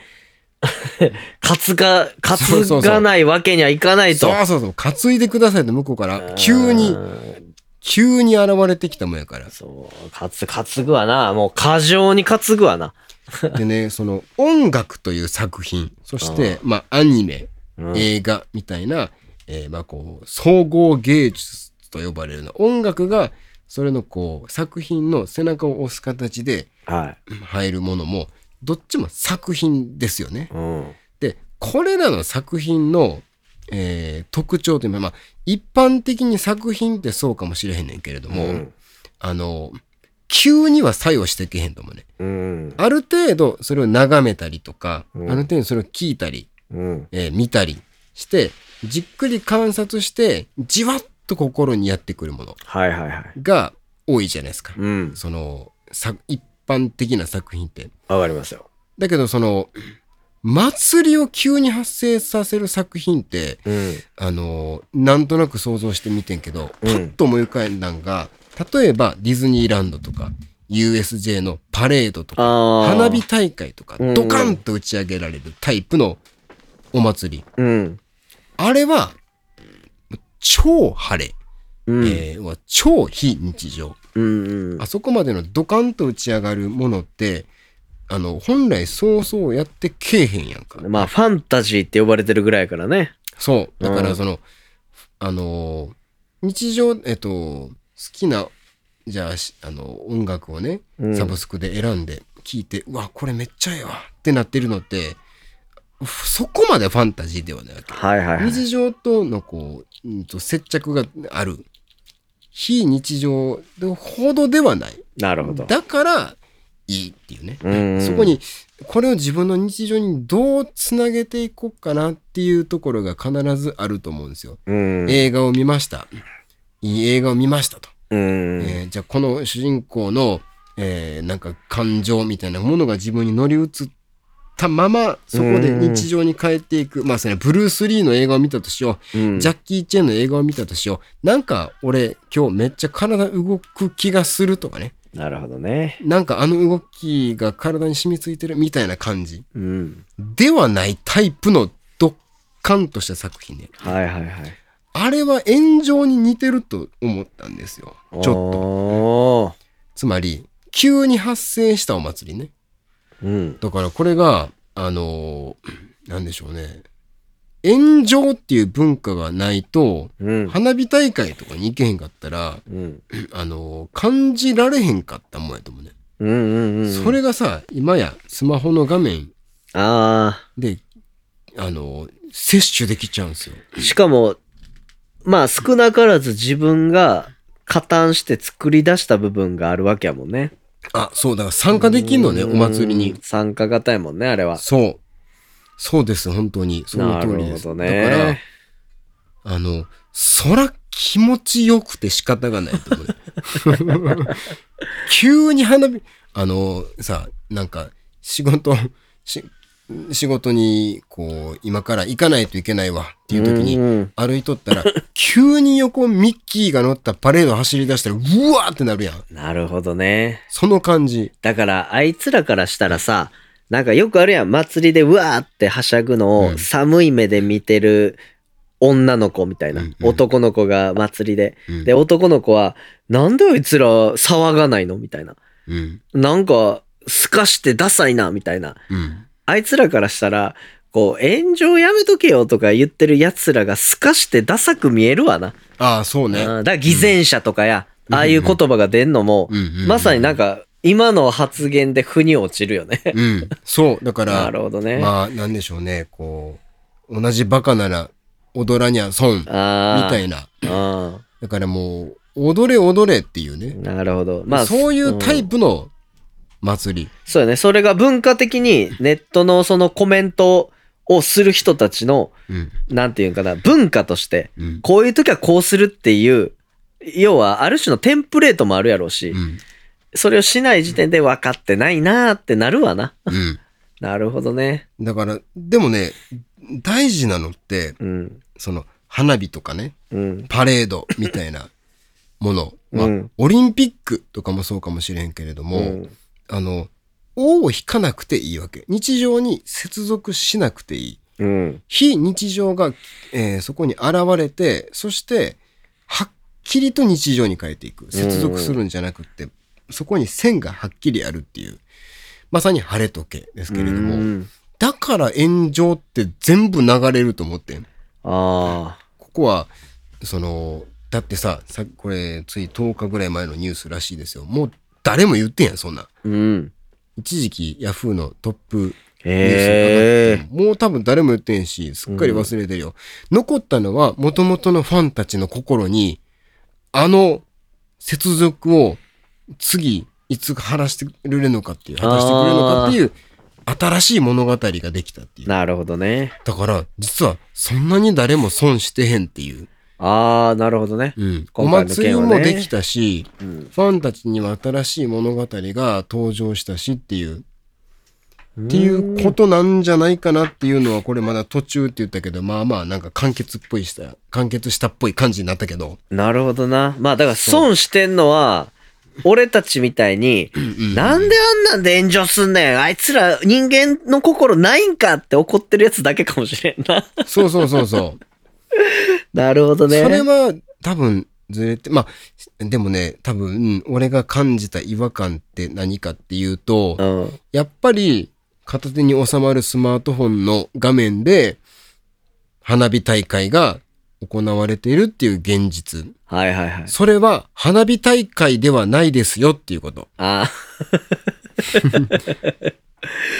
Speaker 1: 担が、
Speaker 2: そうそうそう
Speaker 1: 担がないわけにはいかないと
Speaker 2: そ。うそうそう、担いでくださいと向こうから急
Speaker 1: う
Speaker 2: に、
Speaker 1: ん
Speaker 2: 急に現れてきたもんや から。
Speaker 1: そう、担、担ぐわな。もう過剰に担ぐわな。
Speaker 2: でね、その音楽という作品、そして、まあアニメ、
Speaker 1: うん
Speaker 2: 映画みたいな、えーまあこう、総合芸術と呼ばれるの。音楽が、それのこう、作品の背中を押す形で
Speaker 1: はい。
Speaker 2: うん入るものも、どっちも作品ですよね。
Speaker 1: うん。
Speaker 2: で、これらの作品の、えー特徴というのは、まあ、一般的に作品ってそうかもしれへんねんけれども、
Speaker 1: うん
Speaker 2: あの、急には作用してけへんと思うね。
Speaker 1: うん。
Speaker 2: ある程度それを眺めたりとか、
Speaker 1: うん
Speaker 2: ある程度それを聞いたり、
Speaker 1: うん。
Speaker 2: えー見たりして、じっくり観察して、じわっと心にやってくるもの
Speaker 1: はいはいはい。
Speaker 2: が多いじゃないですか。
Speaker 1: うん。
Speaker 2: その、さ一般的な作品って。
Speaker 1: わかりますよ。
Speaker 2: だけどその、祭りを急に発生させる作品って、
Speaker 1: うん。
Speaker 2: あのーなんとなく想像してみてんけど、
Speaker 1: う
Speaker 2: パ
Speaker 1: ん
Speaker 2: ッと思い浮かんだんが、例えばディズニーランドとか、USJ のパレードとか、
Speaker 1: ああ。
Speaker 2: 花火大会とか
Speaker 1: うんうん
Speaker 2: ドカンと打ち上げられるタイプのお祭り。
Speaker 1: うん。
Speaker 2: あれは、超晴れ。
Speaker 1: うん。
Speaker 2: えーは超非日常。
Speaker 1: うんうん。
Speaker 2: あそこまでのドカンと打ち上がるものって、あの、本来そうそうやってけえへんやんか。
Speaker 1: まあ、ファンタジーって呼ばれてるぐらいやからね。
Speaker 2: そう。だか
Speaker 1: う
Speaker 2: ら
Speaker 1: ん
Speaker 2: その、あのー、日常、えっと、好きな、じゃあ、しあの、音楽をね、
Speaker 1: うん
Speaker 2: サブスクで選んで聴いて、うわ、これめっちゃええわってなってるのって、ふそこまでファンタジーではないわけ。
Speaker 1: はいはいはい。
Speaker 2: 日常とのこう、うんと接着がある。非日常ほどではない。
Speaker 1: なるほど。
Speaker 2: だから、いいっていうね。
Speaker 1: うんうん
Speaker 2: そこに、これを自分の日常にどうつなげていこうかなっていうところが必ずあると思うんですよ。
Speaker 1: うん。
Speaker 2: 映画を見ました。いい映画を見ましたと。
Speaker 1: うん。
Speaker 2: えーじゃあこの主人公の、えーなんか感情みたいなものが自分に乗り移ったままそこで日常に帰っていく、まあそれはブルース・リーの映画を見たとしよう、
Speaker 1: うん
Speaker 2: ジャッキー・チェンの映画を見たとしようなんか俺今日めっちゃ体動く気がするとかね
Speaker 1: なるほどね。
Speaker 2: なんかあの動きが体に染みついてるみたいな感じ
Speaker 1: うん。
Speaker 2: ではないタイプのドッカンとした作品ね
Speaker 1: はいはいはい。
Speaker 2: あれは炎上に似てると思ったんですよちょっと。
Speaker 1: と。
Speaker 2: つまり、急に発生したお祭りね。
Speaker 1: うん。
Speaker 2: だからこれが、あのー、なんでしょうね。炎上っていう文化がないと、
Speaker 1: うん。
Speaker 2: 花火大会とかに行けへんかったら、
Speaker 1: うん。
Speaker 2: あのー、感じられへんかったもんやと思うね。
Speaker 1: うんうんうん。
Speaker 2: それがさ、今やスマホの画面
Speaker 1: あ
Speaker 2: で、あのー、摂取できちゃうんですよ。
Speaker 1: あ。しかも、まあ少なからず自分が加担して作り出した部分があるわけやもんね。
Speaker 2: あ、そう、だから参加できんのね、お
Speaker 1: うん
Speaker 2: 祭りに。。
Speaker 1: 参加型やもんね、あれは。
Speaker 2: そう。そうです、本当に。その
Speaker 1: な
Speaker 2: 通
Speaker 1: る
Speaker 2: りで
Speaker 1: ほ
Speaker 2: す。
Speaker 1: ど
Speaker 2: だから
Speaker 1: ね。、
Speaker 2: あの、そら気持ちよくて仕方がないと思う。 急に花火、あの、さ、なんか、仕事、し仕事に、こう、今から行かないといけないわっていう時
Speaker 1: う
Speaker 2: に、
Speaker 1: ん
Speaker 2: 歩いとったら、 急に横ミッキーが乗ったパレード走り出したら、うわーってなるやん。
Speaker 1: なるほどね。
Speaker 2: その感じ。
Speaker 1: だからあいつらからしたらさなんかよくあるやん祭りでうわーってはしゃぐの
Speaker 2: う
Speaker 1: を
Speaker 2: ん
Speaker 1: 寒い目で見てる女の子みたいな、
Speaker 2: うんうん
Speaker 1: 男の子が祭りで、
Speaker 2: うん
Speaker 1: で男の子は「なんであいつら騒がないの?」みたいな
Speaker 2: うん。
Speaker 1: なんかすかしてダサいなみたいな
Speaker 2: うん。
Speaker 1: あいつらからしたらこう炎上やめとけよとか言ってるやつらがすかしてダサく見えるわな、
Speaker 2: ああ、そう
Speaker 1: うん
Speaker 2: ね。
Speaker 1: だから偽善者とかや、ああいう言葉が出んのも、
Speaker 2: うんうんうん
Speaker 1: まさになんか今の発言で腑に落ちるよね。
Speaker 2: うん。そう。だから、
Speaker 1: なるほどね。
Speaker 2: まあ、なんでしょうね、こう、同じバカなら踊らにゃ損み
Speaker 1: あー、
Speaker 2: たいな。
Speaker 1: あ
Speaker 2: だからもう、踊れ踊れっていうね
Speaker 1: ー。なるほど。まあ、
Speaker 2: そういうタ
Speaker 1: う
Speaker 2: イ
Speaker 1: ん
Speaker 2: プの祭り。
Speaker 1: そうよね。それが文化的にネットのそのコメントをする人たちの、
Speaker 2: うん。
Speaker 1: なんていうんかな、文化として、
Speaker 2: うん。
Speaker 1: こういう時はこうするっていう、要はある種のテンプレートもあるやろうし、
Speaker 2: うん。
Speaker 1: それをしない時点で分かってないなーってなるわな。
Speaker 2: うん。
Speaker 1: なるほどね。
Speaker 2: だから、でもね、大事なのって、
Speaker 1: うん。
Speaker 2: その、花火とかね、
Speaker 1: うん。
Speaker 2: パレードみたいなものは、
Speaker 1: うん
Speaker 2: オリンピックとかもそうかもしれんけれども、
Speaker 1: うん
Speaker 2: あの、尾を引かなくていいわけ。日常に接続しなくていい。
Speaker 1: うん。
Speaker 2: 非日常が、えーそこに現れて、そして、はっきりと日常に変えていく。接続するんじゃなくって、そこに線がはっきりあるっていう。まさに晴れ時計ですけれども。
Speaker 1: うん
Speaker 2: だから炎上って全部流れると思ってん
Speaker 1: ああ。
Speaker 2: ここは、その、だってさ、さこれ、つい10日ぐらい前のニュースらしいですよ。もう誰も言ってんやん、そんなん。
Speaker 1: うん。
Speaker 2: 一時期、ヤフーのトップニュース
Speaker 1: へ
Speaker 2: に上がっ
Speaker 1: え。
Speaker 2: てもう多分誰も言ってんし、すっかり忘れてるよ。残ったのは、元々のファンたちの心に、あの接続を次、いつ晴らしてくれるのかっていう、果たしてくれるのかっていう、新しい物語ができたっていう。
Speaker 1: なるほどね。
Speaker 2: だから、実は、そんなに誰も損してへんっていう。
Speaker 1: ああ、なるほどね。
Speaker 2: うん。お
Speaker 1: 今回の
Speaker 2: 祭り
Speaker 1: 件はね
Speaker 2: もできたし、
Speaker 1: うん。
Speaker 2: ファンたちには新しい物語が登場したしっていう、っていうことなんじゃないかなっていうのは、これまだ途中って言ったけど、まあまあなんか完結っぽいした、完結したっぽい感じになったけど。
Speaker 1: なるほどな。まあだから損してんのは、俺たちみたいに、なんであんなんで炎上すんねんあいつら人間の心ないんかって怒ってるやつだけかもしれ んな。
Speaker 2: そうそうそうそう。
Speaker 1: なるほど ね。
Speaker 2: それは多分ずれて、まあ、でもね、多分、俺が感じた違和感って何かっていうと、
Speaker 1: うん。
Speaker 2: やっぱり片手に収まるスマートフォンの画面で花火大会が行われているっていう現実。
Speaker 1: はいはいはい。
Speaker 2: それは花火大会ではないですよっていうこと。
Speaker 1: あ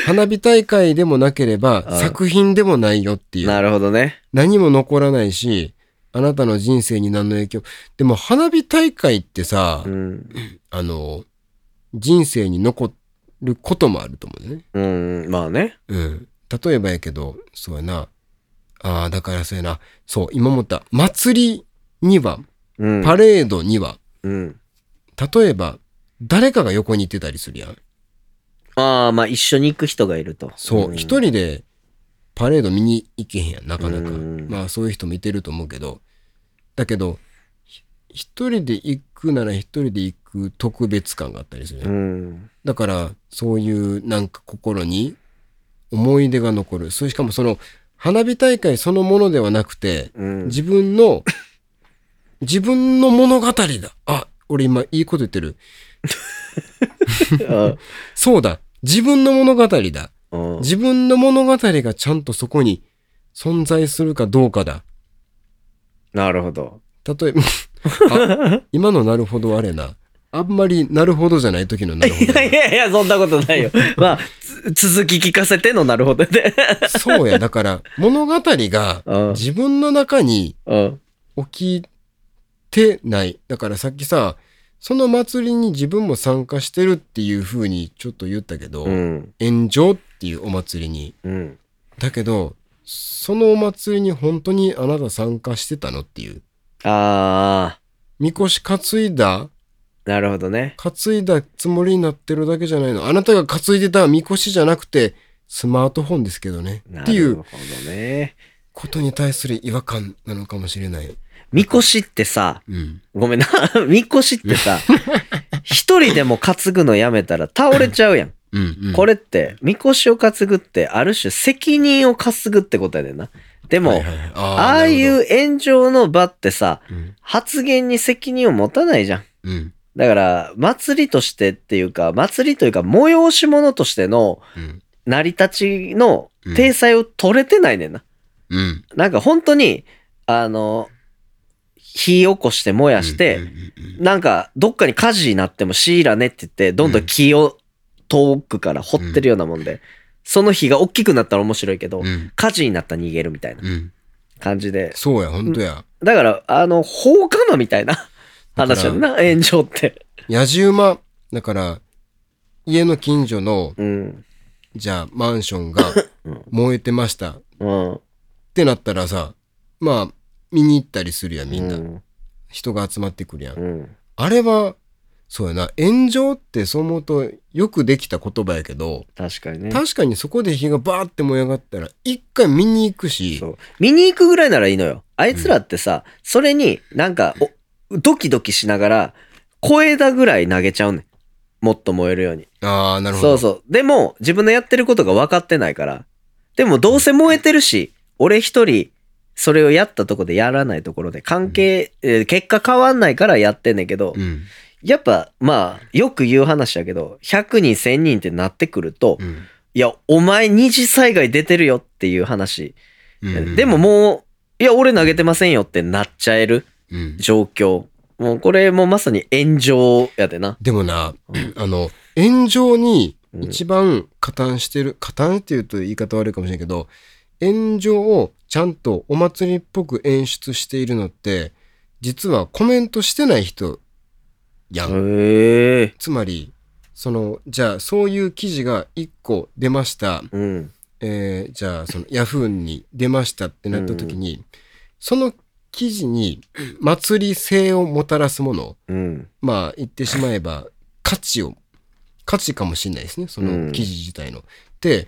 Speaker 2: 花火大会でもなければ
Speaker 1: うん
Speaker 2: 作品でもないよって
Speaker 1: あ、
Speaker 2: いう。
Speaker 1: なるほどね。
Speaker 2: 何も残らないし、あなたの人生に何の影響。でも花火大会ってさ、
Speaker 1: うん。
Speaker 2: あの、人生に残ることもあると思うんだよね。
Speaker 1: うん、まあね。
Speaker 2: うん。例えばやけど、そうやな。ああ、だからそうやな。そう、今思った。祭りには、
Speaker 1: うん。
Speaker 2: パレードには、
Speaker 1: うん。
Speaker 2: 例えば、誰かが横にいてたりするやん。
Speaker 1: ああ、まあ一緒に行く人がいると。
Speaker 2: そう、
Speaker 1: ん
Speaker 2: 一人でパレード見に行けへんやん、なかなか。
Speaker 1: うん
Speaker 2: まあそういう人もいてると思うけど。だけど、ひ一人で行くなら一人で行く特別感があったりするやん
Speaker 1: うん。
Speaker 2: だから、そういうなんか心に思い出が残る。それしかもその、花火大会そのものではなくて、
Speaker 1: うん。
Speaker 2: 自分の、自分の物語だ。あ、俺今いいこと言ってる。
Speaker 1: あ
Speaker 2: そうだ。自分の物語だ。
Speaker 1: うん
Speaker 2: 自分の物語がちゃんとそこに存在するかどうかだ。
Speaker 1: なるほど。
Speaker 2: 例え ば、あ今のなるほどあれな。あんまりなるほどじゃない時のなるほ
Speaker 1: いやい
Speaker 2: ど。
Speaker 1: やいや、そんなことな いよ。まあ、つ続き聞かせてのなるほどね。
Speaker 2: そうや。だから、物語が
Speaker 1: うん
Speaker 2: 自分の中に
Speaker 1: うん。
Speaker 2: 起きてない。だからさっきさ、その祭りに自分も参加してるっていう風にちょっと言ったけど、
Speaker 1: うん。
Speaker 2: 炎上っていうお祭りに。
Speaker 1: うん。
Speaker 2: だけど、そのお祭りに本当にあなた参加してたのっていう。
Speaker 1: ああ、
Speaker 2: みこし担いだ
Speaker 1: なるほどね。
Speaker 2: 担いだつもりになってるだけじゃないの。あなたが担いでたみこしじゃなくて、スマートフォンですけどね。
Speaker 1: な
Speaker 2: ってい
Speaker 1: る
Speaker 2: う
Speaker 1: ほどね。
Speaker 2: ことに対する違和感なのかもしれない。
Speaker 1: みこしってさ、
Speaker 2: うん。
Speaker 1: ごめんな、 みこしって さ、一人でも担ぐのやめたら倒れちゃうやん。
Speaker 2: うん、うん。
Speaker 1: これって、みこしを担ぐって、ある種責任を担ぐってことやねんな。でも、
Speaker 2: はいはいはい、あ。
Speaker 1: ああいうう炎上の場ってさ、
Speaker 2: なるほどうん
Speaker 1: 発言に責任を持たないじゃん。
Speaker 2: うん。
Speaker 1: だから、祭りとしてっていうか、祭りというか、催し物としての
Speaker 2: うん。
Speaker 1: 成り立ちの体裁を取れてないねんな。
Speaker 2: うん。
Speaker 1: なんか本当に、あの、火起こして燃やして、
Speaker 2: うんうんうんうん
Speaker 1: なんかどっかに火事になってもシイラねって言って、どんどん木を遠くから掘ってるようなもんで、その火が大きくなったら面白いけど、
Speaker 2: うん
Speaker 1: 火事になったら逃げるみたいな
Speaker 2: うん
Speaker 1: 感じで。
Speaker 2: そうや、本当や。
Speaker 1: だから、あの、放火魔みたいな
Speaker 2: から
Speaker 1: 話だな、炎上って。
Speaker 2: やじ馬、だから、家の近所の、
Speaker 1: うん。
Speaker 2: じゃあ、マンションが
Speaker 1: うん
Speaker 2: 燃えてましたっ
Speaker 1: うん。
Speaker 2: てなったらさ、まあ、見に行ったりするやん、みん
Speaker 1: う
Speaker 2: な。
Speaker 1: ん。
Speaker 2: 人が集まってくるや。
Speaker 1: うんん。
Speaker 2: あれは、そうやな。炎上ってそう思うとよくできた言葉やけど、
Speaker 1: 確かにね。
Speaker 2: 確かにそこで火がバーって燃え上がったら、一回見に行くし
Speaker 1: そ、う。見に行くぐらいならいいのよ。あいつらってさ、それになんか、おドキドキしながら、小枝ぐらい投げちゃうねん。もっと燃えるように。
Speaker 2: ああ、なるほ
Speaker 1: そ
Speaker 2: ど。
Speaker 1: うそう。でも、自分のやってることが分かってないから。でも、どうせ燃えてるし、俺一人、それをやったとこでやらないところで、関係、えー結果変わんないからやってんねんけど、
Speaker 2: ん。
Speaker 1: やっぱ、まあ、よく言う話やけど、100人、1000人ってなってくると、
Speaker 2: うん
Speaker 1: いや、お前二次災害出てるよっていう話。
Speaker 2: うん
Speaker 1: でももう、いや、俺投げてませんよってなっちゃえる
Speaker 2: うん
Speaker 1: 状況。もうこれもまさに炎上やでな。
Speaker 2: でもな、
Speaker 1: う
Speaker 2: あの、炎上に
Speaker 1: うん
Speaker 2: 一番加担してる、加担っていうと言い方悪いかもしれんけど、炎上をちゃんとお祭りっぽく演出しているのって、実はコメントしてない人やん。
Speaker 1: へえ。
Speaker 2: つまり、その、じゃあそういう記事が1個出ました。
Speaker 1: うん。
Speaker 2: えーじゃあそのヤフーに出ましたってなった時に、その記事に祭り性をもたらすもの、
Speaker 1: うん。
Speaker 2: まあ言ってしまえば価値を価値かもしれないですねその記事自体の。で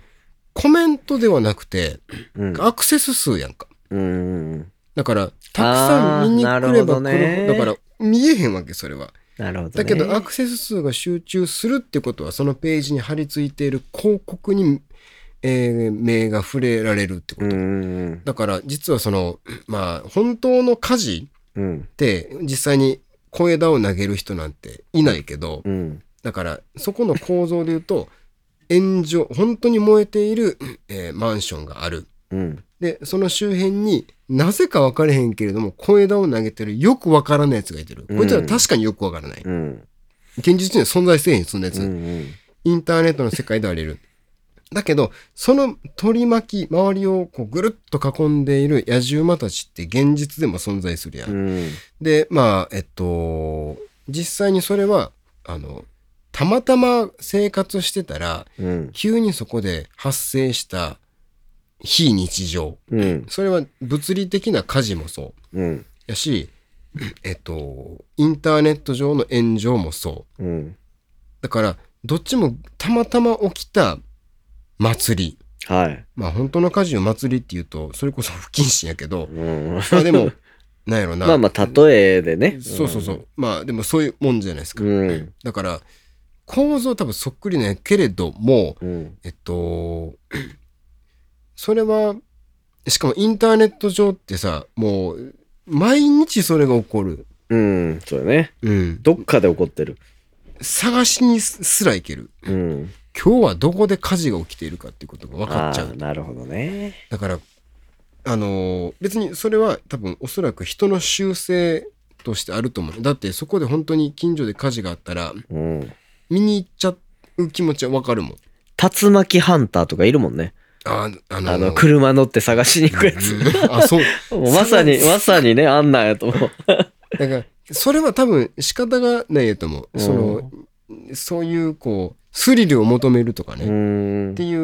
Speaker 2: コメントではなくて
Speaker 1: うん。
Speaker 2: アクセス数やんか。
Speaker 1: うん。
Speaker 2: だからたくさん見に
Speaker 1: あー
Speaker 2: 来
Speaker 1: な
Speaker 2: れ
Speaker 1: るほ
Speaker 2: ば
Speaker 1: ど
Speaker 2: 来
Speaker 1: ね
Speaker 2: るほどだから見えへんわけそれは。
Speaker 1: なるほど、
Speaker 2: だ
Speaker 1: ね。
Speaker 2: けどアクセス数が集中するってことはそのページに貼り付いている広告に、えー目が触れられるってこ
Speaker 1: う
Speaker 2: と。
Speaker 1: ん。
Speaker 2: だから実はそのまあ本当の家事
Speaker 1: うん。
Speaker 2: って実際に小枝を投げる人なんていないけど、
Speaker 1: うん。
Speaker 2: だからそこの構造で言うと炎上本当に燃えている、えーマンションがある
Speaker 1: うん。
Speaker 2: でその周辺になぜか分かれへんけれども小枝を投げてるよく分からないやつがいてるこいつら確かによく分からない、
Speaker 1: うん。
Speaker 2: 現実には存在せえへんそんなやつ、
Speaker 1: うん。
Speaker 2: インターネットの世界ではあり得るだけどその取り巻き周りをこうぐるっと囲んでいる野獣馬たちって現実でも存在するやん
Speaker 1: うん。
Speaker 2: でまあえっと実際にそれはあのたまたま生活してたら
Speaker 1: うん。
Speaker 2: 急にそこで発生した非日常
Speaker 1: うん。
Speaker 2: それは物理的な火事もそう
Speaker 1: うん。
Speaker 2: やしえっとインターネット上の炎上もそう
Speaker 1: うん。
Speaker 2: だからどっちもたまたま起きた祭り
Speaker 1: はい。
Speaker 2: まあ本当の火事を祭りっていうとそれこそ不謹慎やけど
Speaker 1: うん。
Speaker 2: まあでもなんやろな
Speaker 1: まあまあ、例えでね。
Speaker 2: そうそうそうまあでもそういうもんじゃないですか
Speaker 1: うん。
Speaker 2: だから構造多分そっくりなんやけれども
Speaker 1: うん。
Speaker 2: えっと それはしかもインターネット上ってさもう毎日それが起こる、
Speaker 1: うん。そうだね。
Speaker 2: うん、
Speaker 1: どっかで起こってる。
Speaker 2: 探しにすら行ける
Speaker 1: うん。
Speaker 2: 今日はどこで火事が起きているかっていうことが分かっちゃ
Speaker 1: あー
Speaker 2: う
Speaker 1: なるほどね。
Speaker 2: だからあのー別にそれは多分おそらく人の習性としてあると思うだってそこで本当に近所で火事があったら
Speaker 1: うん。
Speaker 2: 見に行っちゃう気持ちは分かるもん
Speaker 1: 竜巻ハンターとかいるもんね。
Speaker 2: あーあのー
Speaker 1: あの、車乗って探しに行くやつ。
Speaker 2: うんあそう
Speaker 1: もうま さに、
Speaker 2: そう
Speaker 1: まさにね、あんなんやと思う。
Speaker 2: だからそれは多分仕方がないやと思うそのそういうこうスリルを求めるとか
Speaker 1: う
Speaker 2: ね、っ
Speaker 1: ん
Speaker 2: て。い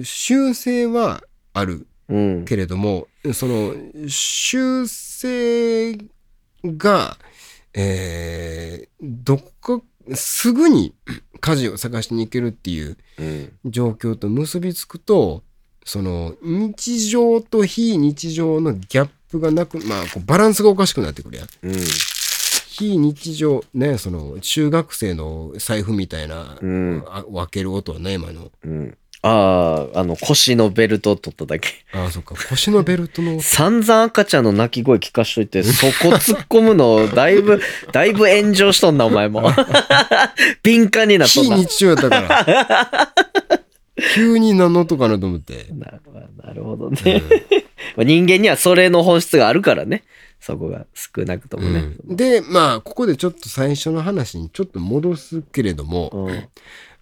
Speaker 2: う修正はある
Speaker 1: うん。
Speaker 2: けれどもその修正がえーどこかすぐに 家事を探しに行けるっていう
Speaker 1: うん。
Speaker 2: 状況と結びつくとその日常と非日常のギャップがなくまあこうバランスがおかしくなってくるやん。
Speaker 1: うん。
Speaker 2: 非日常ねその中学生の財布みたいな、
Speaker 1: うん
Speaker 2: あ分ける音はね今の
Speaker 1: うん。ああ、あの、腰のベルトを取っただけ。
Speaker 2: あそっか腰のベルト の
Speaker 1: 散々赤ちゃんの泣き声聞かしといて、そこ突っ込むの、だい ぶ、だいぶ炎上しとんな、お前も。 敏感になっと
Speaker 2: 非
Speaker 1: んな。
Speaker 2: 日常やったから 急に何の音かなと思って、
Speaker 1: ななるほど
Speaker 2: う
Speaker 1: ね。
Speaker 2: ん
Speaker 1: まあ人間にはそれの本質があるからね。そこが少なくともね。
Speaker 2: うんでまあここでちょっと最初の話にちょっと戻すけれども、
Speaker 1: うん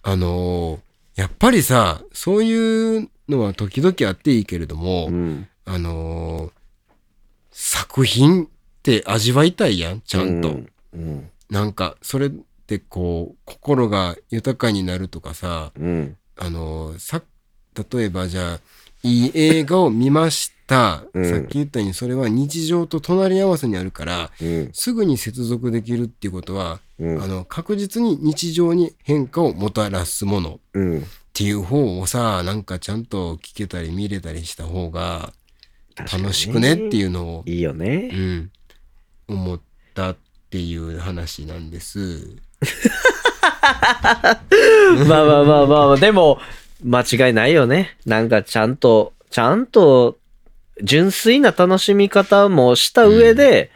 Speaker 2: あのーやっぱりさそういうのは時々あっていいけれども、
Speaker 1: うん。
Speaker 2: あのー作品って味わいたいやんちゃんと。
Speaker 1: うん。うん。
Speaker 2: なんかそれってこう心が豊かになるとかさ
Speaker 1: うん。
Speaker 2: あのさ例えばじゃあいい映画を見ました、
Speaker 1: うん
Speaker 2: さっき言ったようにそれは日常と隣り合わせにあるから
Speaker 1: うん。
Speaker 2: すぐに接続できるっていうことは、
Speaker 1: う
Speaker 2: あ
Speaker 1: ん。
Speaker 2: の確実に日常に変化をもたらすものっ
Speaker 1: うん。
Speaker 2: ていう方をさなんかちゃんと聞けたり見れたりした方が楽しくねって
Speaker 1: う。
Speaker 2: いうのを、
Speaker 1: いいよ
Speaker 2: う
Speaker 1: ね。
Speaker 2: ん、思ったっていう話なんです。
Speaker 1: まあまあまあまあまあ、でも、間違いないよね。なんかちゃんと、ちゃんと、純粋な楽しみ方もした上で、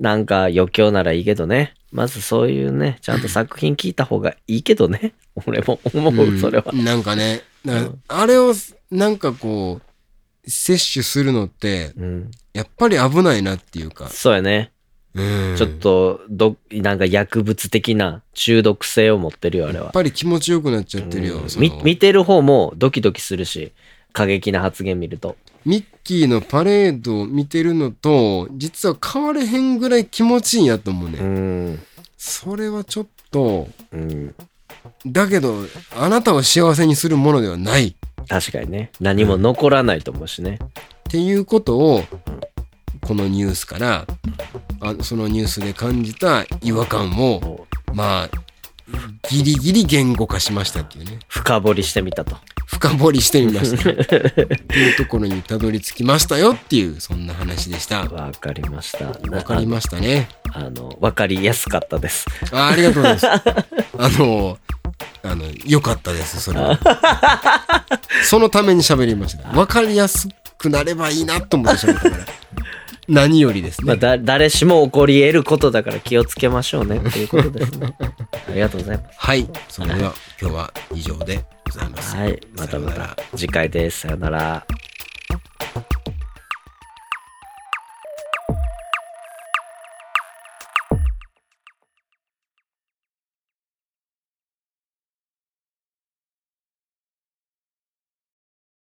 Speaker 1: なんか余興ならいいけどね。まずそういうね、ちゃんと作品聞いた方がいいけどね。俺も思
Speaker 2: ん
Speaker 1: う、それは。
Speaker 2: なんかね、だから
Speaker 1: うん
Speaker 2: あれをなんかこう、摂取するのって、
Speaker 1: うん。
Speaker 2: やっぱり危ないなっていうか、
Speaker 1: そうやね。
Speaker 2: うん
Speaker 1: ちょっとど、なんか薬物的な中毒性を持ってるよ、あれ
Speaker 2: やっ
Speaker 1: は。
Speaker 2: ぱり気持ちよくなっちゃってるよ。
Speaker 1: うん
Speaker 2: その
Speaker 1: み見てる方もドキドキするし、過激な発言見ると。
Speaker 2: ミッキーのパレードを見てるのと、実は変われへんぐらい気持ちいいんやと思うね。
Speaker 1: うん。
Speaker 2: それはちょっと、
Speaker 1: うん。
Speaker 2: だけど、あなたを幸せにするものではないっ
Speaker 1: 確かにね。何も残らないと思うしね。
Speaker 2: ていうことを、このニュースから、あそのニュースで感じた違和感を、
Speaker 1: こう
Speaker 2: まあ、ギリギリ言語化しましたっていうね。
Speaker 1: 深掘りしてみたと。
Speaker 2: 深掘りしてみました。っていうところにたどり着きましたよっていう、そんな話でした。
Speaker 1: わかりました。
Speaker 2: わかりましたね。
Speaker 1: ああの、わかりやすかったです。
Speaker 2: あありがとうございます。あの、あの、良かったです、それは。そのために喋りました。わかりやすくなればいいなと思って喋ったから。何よりです
Speaker 1: まあ、
Speaker 2: ね。
Speaker 1: だ、誰しも起こり得ることだから気をつけましょうねっていうことです ね。ありがとうございます。
Speaker 2: はい。それでは今日は以上でございます。
Speaker 1: はい。またま
Speaker 2: さようなら
Speaker 1: た次回です。さよなら。